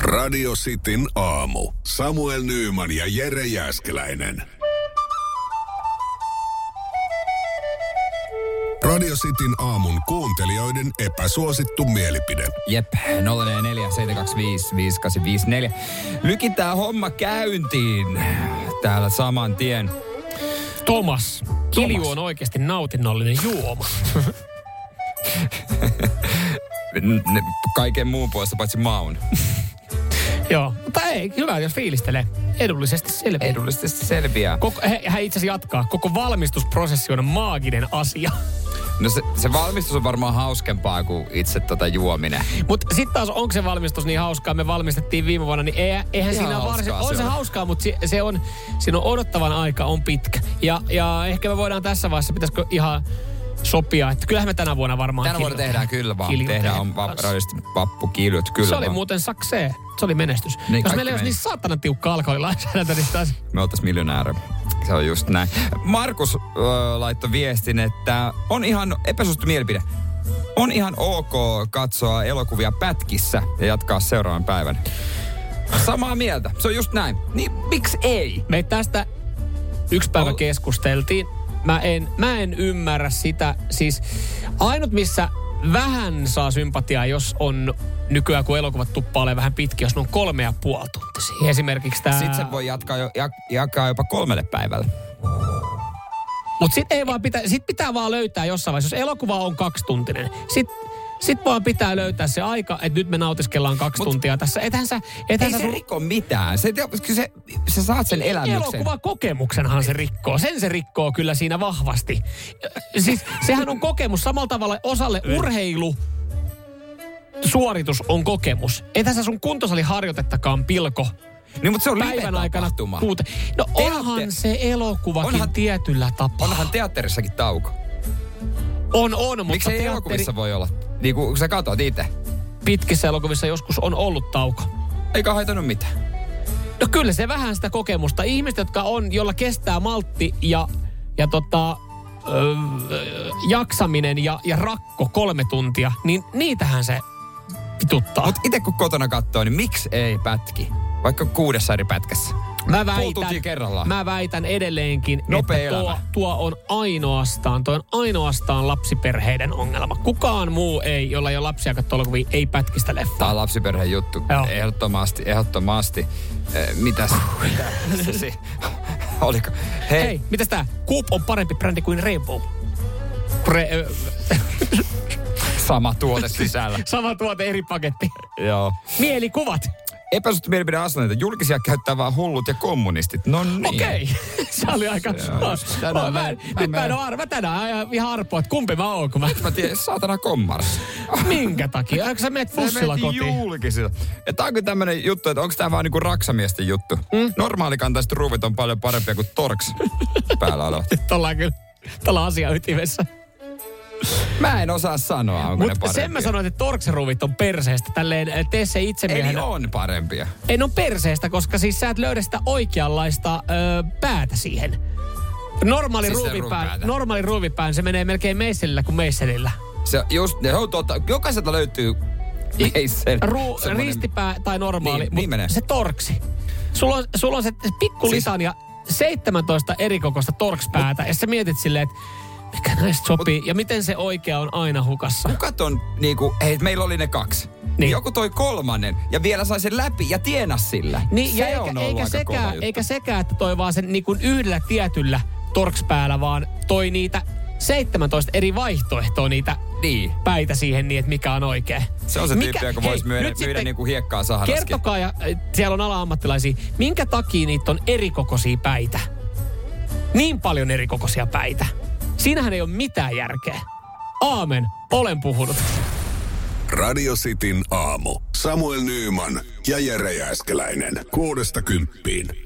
Radio Cityn aamu. Samuel Nyyman ja Jere Jäskeläinen. Radio Cityn aamun kuuntelijoiden epäsuosittu mielipide. Jep, 047255854. Lykitään homma käyntiin täällä saman tien. Tomas. Kilju on oikeasti nautinnollinen juoma. N- ne- Kaiken muun puolesta paitsi maun. Joo, mutta ei, hyvä jos fiilistelee. Edullisesti selviää. Edullisesti selviää. Koko, hän, hän itse asiassa jatkaa. Koko valmistusprosessi on maaginen asia. No se, se valmistus on varmaan hauskempaa kuin itse tota juominen. Mutta sitten taas, onko se valmistus niin hauskaa? Me valmistettiin viime vuonna, niin ei, eihän siinä hauskaa varsin, se on se on. hauskaa, mutta se, se on, siinä on odottavan aika on pitkä. Ja, ja ehkä me voidaan tässä vaiheessa, pitäisikö ihan sopia, että kyllähän me tänä vuonna varmaan Tänä vuonna kiljutaan. tehdään kyllä vaan. Kiljutaan. Tehdään on vappuraisesti vappukiljut kyllä Se oli vaan. muuten saksee. Se oli menestys. Niin, Niin, Jos kaikki meillä ei olisi meni. niin saatana tiukka alkoholilainsäädäntö, niin taas... Me oltais miljonäärä. Se on just näin. Markus öö, laittoi viestin, että on ihan epäsuosittu mielipide. On ihan ok katsoa elokuvia pätkissä ja jatkaa seuraavan päivän. Samaa mieltä. Se on just näin. Niin miksi ei? Me tästä yksi päivä Ol- keskusteltiin. Mä en, mä en ymmärrä sitä. Siis ainut, missä vähän saa sympatiaa, jos on nykyään, kun elokuvat tuppaa vähän pitkiä, jos ne on kolme ja puoli tuntia. Esimerkiksi tämä... Sitten se voi jatkaa jo, jak, jakaa jopa kolmelle päivälle. Mutta sit, ei vaan pitä, sit pitää vaan löytää jossain vaiheessa, jos elokuva on kaksituntinen, sit, sit vaan pitää löytää se aika, että nyt me nautiskellaan kaksi Mut- Mut, tuntia tässä. Ethän sä, Ei ethän sä se sun riko mitään. Se, se, se saat sen elämyksen. Elokuvakokemuksenhan se rikkoo. Sen se rikkoo kyllä siinä vahvasti. Siis sehän on kokemus. Samalla tavalla osalle urheilu suoritus on kokemus. Ei tässä sun kuntosaliharjoitettakaan pilko Niin, mutta se on päivän aikana. live-tapahtuma. Kuute. No Teatte- onhan se elokuvakin Onhan- onhan, tietyllä tapaa. Onhan teatterissakin tauko. on, on, mutta Miksi ei teatteri- elokuvissa voi olla? Niin kun sä katsot itse. pitkissä elokuvissa joskus on ollut tauko. Eikä haitannut mitään. No kyllä se vähän sitä kokemusta. Ihmiset, jotka on, jolla kestää maltti ja, ja tota, ö, jaksaminen ja, ja rakko kolme tuntia, niin niitähän se vituttaa. Mut itse kun kotona katsoo, niin miksi ei pätki? Vaikka kuudessa eri pätkässä. Mä tuntia kerrallaan. mä väitän edelleenkin, Nopea että tuo, elämä. tuo, on ainoastaan, toi on ainoastaan lapsiperheiden ongelma. Kukaan muu ei, jolla ei ole lapsia katsoa elokuvia, ei pätkistä leffaa. Tää on lapsiperheen juttu. Joo. Ehdottomasti, ehdottomasti. Eh, mitäs? Mitä? Se- se- Oliko? Hei, Hei, mitäs tää? Coop on parempi brändi kuin Rainbow. Re, ö, sama tuote sisällä. sama tuote, eri paketti. Joo. Mielikuvat. Epäsuhtu mielipide asunneita. Julkisia käyttää vaan hullut ja kommunistit. No niin. Okei, se oli aika... Se Mä, on just- mä, tänään mä- mä, mä, mä nyt mä en menen. oo arva, mä tänään ajan ihan arpoa, että kumpi mä oon, kun mä... Mä tiedän, saatana kommars. Minkä takia? Eikö sä menet fussilla kotiin? julkisilla. Ja tää on kyllä tämmönen juttu, että onko tää vaan niinku raksamiesten juttu. Mm. Normaalikantaiset ruuvit on paljon parempia kuin torks päällä olevat. Ollaan kyllä tällä asia ytimessä. Mä en osaa sanoa, onko ne Mutta parempia. sen mä sanoin, että torkseruvit on perseestä. Tälleen äh, tee se Eli itsemiehenä. on parempia. Ei, ne on perseestä, koska siis sä et löydä sitä oikeanlaista ö, päätä siihen. Normaali, Siis siis sitä ruuvipään, ruuvipäätä. normaali ruuvipään, se menee melkein meisselillä kuin meisselillä. Se, just, ne on totta. Jokaiselta löytyy Niin, meissel. Ruu, semmonen- ristipää tai normaali, Niin, mut niin menee. se torksi. Sulla on, sulla on se pikku Siis- lisan ja 17 eri kokoista torkspäätä ja sä mietit silleen, että mikä näistä sopii ja miten se oikea on aina hukassa. Kuka ton, niinku, hei, meillä oli ne kaksi. Niin. Niin. Joku toi kolmannen ja vielä sai sen läpi ja tienas sillä. Niin, se ja on eikä, ollut eikä, aika sekä, kova juttu. eikä sekä, että toi vaan sen niin kuin yhdellä tietyllä torkspäällä, vaan toi niitä 17 eri vaihtoehtoa niitä Niin. päitä siihen niin, että mikä on oikea. Se on se Mikä- tyyppi, joka hei, voisi myydä, nyt myydä sitten niinku hiekkaa saharaskin. Kertokaa, ja äh, siellä on ala-ammattilaisia, minkä takia niitä on erikokoisia päitä? Niin paljon erikokoisia päitä. Siinähän ei ole mitään järkeä. Aamen, olen puhunut. Radio Cityn aamu. Samuel Nyyman ja Jere Jäskeläinen. Kuudesta kymppiin.